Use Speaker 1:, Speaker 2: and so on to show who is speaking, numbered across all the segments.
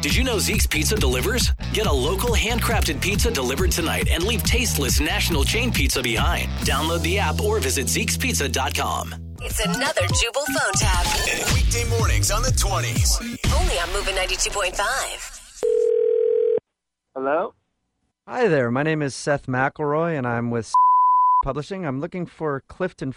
Speaker 1: Did you know Zeke's Pizza delivers? Get a local handcrafted pizza delivered tonight and leave tasteless national chain pizza behind. Download the app or visit Zeke'sPizza.com.
Speaker 2: It's another Jubal phone tab.
Speaker 3: Weekday mornings on the 20s.
Speaker 2: Only on Moving 92.5.
Speaker 4: Hello?
Speaker 5: Hi there. My name is Seth McElroy, and I'm with Publishing. I'm looking for Clifton.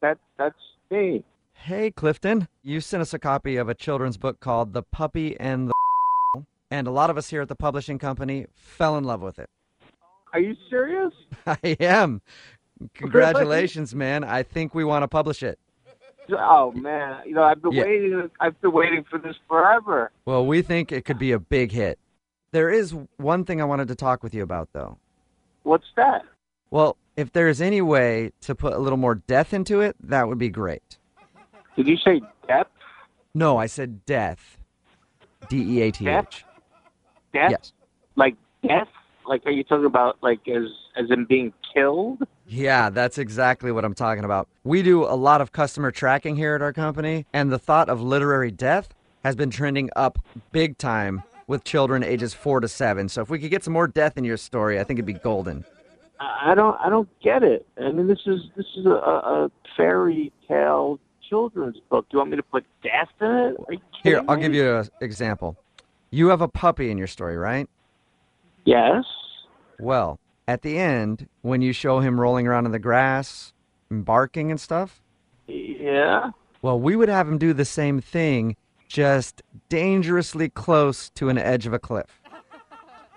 Speaker 4: That that's me.
Speaker 5: Hey, Clifton. You sent us a copy of a children's book called The Puppy and the. And a lot of us here at the publishing company fell in love with it.
Speaker 4: Are you serious?
Speaker 5: I am. Congratulations, man. I think we want to publish it.
Speaker 4: Oh man, you know I've been
Speaker 5: Yeah.
Speaker 4: waiting. I've been waiting for this forever.
Speaker 5: Well, we think it could be a big hit. There is one thing I wanted to talk with you about, though.
Speaker 4: What's that?
Speaker 5: Well, if there's any way to put a little more death into it, that would be great.
Speaker 4: Did you say depth?
Speaker 5: No, I said death. D E A T H.
Speaker 4: Death? Death?
Speaker 5: Yes.
Speaker 4: Like death? Like are you talking about like as as in being killed?
Speaker 5: Yeah, that's exactly what I'm talking about. We do a lot of customer tracking here at our company, and the thought of literary death has been trending up big time with children ages four to seven. So if we could get some more death in your story, I think it'd be golden.
Speaker 4: I I don't I don't get it. I mean this is this is a, a a fairy tale children's book. Do you want me to put death in it? Are you
Speaker 5: Here,
Speaker 4: kidding
Speaker 5: I'll
Speaker 4: me?
Speaker 5: give you an example. You have a puppy in your story, right?
Speaker 4: Yes.
Speaker 5: Well, at the end, when you show him rolling around in the grass and barking and stuff,
Speaker 4: Yeah.
Speaker 5: well, we would have him do the same thing, just dangerously close to an edge of a cliff.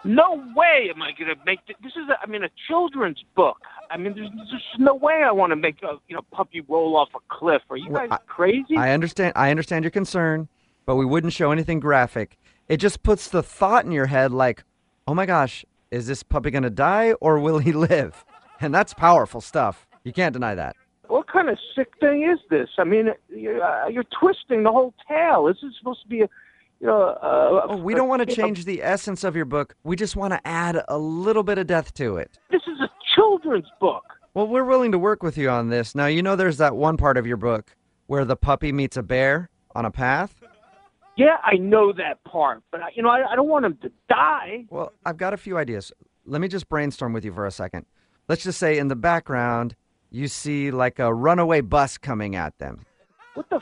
Speaker 4: No way am I going to make th- this. Is a, I mean a children's book. I mean, there's, there's just no way I want to make a you know puppy roll off a cliff. Are you
Speaker 5: Well,
Speaker 4: guys crazy?
Speaker 5: I understand. I understand your concern, but we wouldn't show anything graphic. It just puts the thought in your head, like, "Oh my gosh, is this puppy gonna die or will he live?" And that's powerful stuff. You can't deny that.
Speaker 4: what kind of sick thing is this? I mean, you're, uh, you're twisting the whole tale. This is supposed to be a you know. Uh,
Speaker 5: Oh, we don't want to change the essence of your book. We just want to add a little bit of death to it.
Speaker 4: This is a children's book.
Speaker 5: Well, we're willing to work with you on this. Now, you know, there's that one part of your book where the puppy meets a bear on a path.
Speaker 4: Yeah, I know that part, but I, you know, I, I don't want him to die.
Speaker 5: Well, I've got a few ideas. Let me just brainstorm with you for a second. Let's just say in the background, you see like a runaway bus coming at them.
Speaker 4: What the f-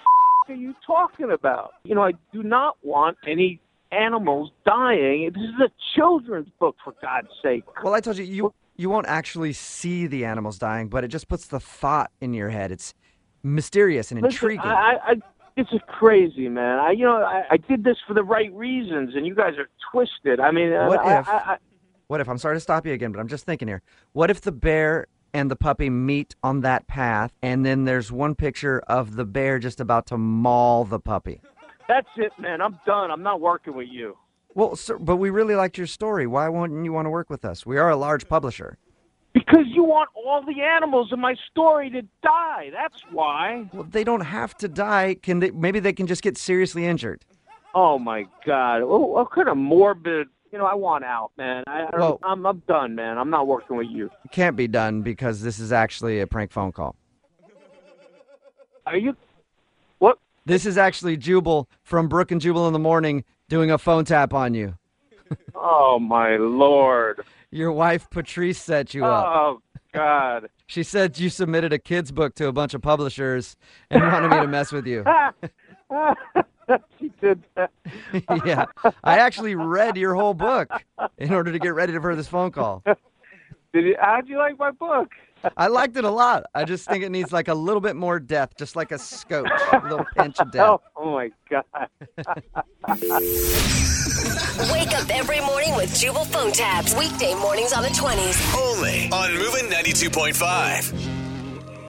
Speaker 4: are you talking about? You know, I do not want any animals dying. This is a children's book, for God's sake.
Speaker 5: Well, I told you, you, you won't actually see the animals dying, but it just puts the thought in your head. It's mysterious and
Speaker 4: Listen,
Speaker 5: intriguing.
Speaker 4: I, I, I, this is crazy, man. I, you know, I, I did this for the right reasons, and you guys are twisted. I mean,
Speaker 5: What
Speaker 4: I,
Speaker 5: if-
Speaker 4: I, I,
Speaker 5: What if, I'm sorry to stop you again, but I'm just thinking here. What if the bear and the puppy meet on that path, and then there's one picture of the bear just about to maul the puppy?
Speaker 4: that's it, man. I'm done. I'm not working with you.
Speaker 5: Well, sir, but we really liked your story. Why wouldn't you want to work with us? We are a large publisher.
Speaker 4: Because you want all the animals in my story to die. That's why.
Speaker 5: Well, they don't have to die. Can they? Maybe they can just get seriously injured.
Speaker 4: Oh my God! Oh, what kind of morbid? You know, I want out, man. I, I
Speaker 5: Well-
Speaker 4: don't, I'm I'm done, man. I'm not working with you.
Speaker 5: It can't be done because this is actually a prank phone call.
Speaker 4: Are you? What?
Speaker 5: This is actually Jubal from Brook and Jubal in the morning doing a phone tap on you.
Speaker 4: Oh my Lord!
Speaker 5: Your wife Patrice set you up.
Speaker 4: Oh God!
Speaker 5: She said you submitted a kids book to a bunch of publishers and wanted me to mess with you.
Speaker 4: she did that.
Speaker 5: yeah, I actually read your whole book in order to get ready for this phone call.
Speaker 4: Did you, how'd you like my book?
Speaker 5: I liked it a lot. I just think it needs like a little bit more depth, just like a scotch, a little pinch of depth.
Speaker 4: Oh, oh my God!
Speaker 2: Wake up every morning with Jubal phone tabs. Weekday mornings on the 20s.
Speaker 3: Only on Moving 92.5.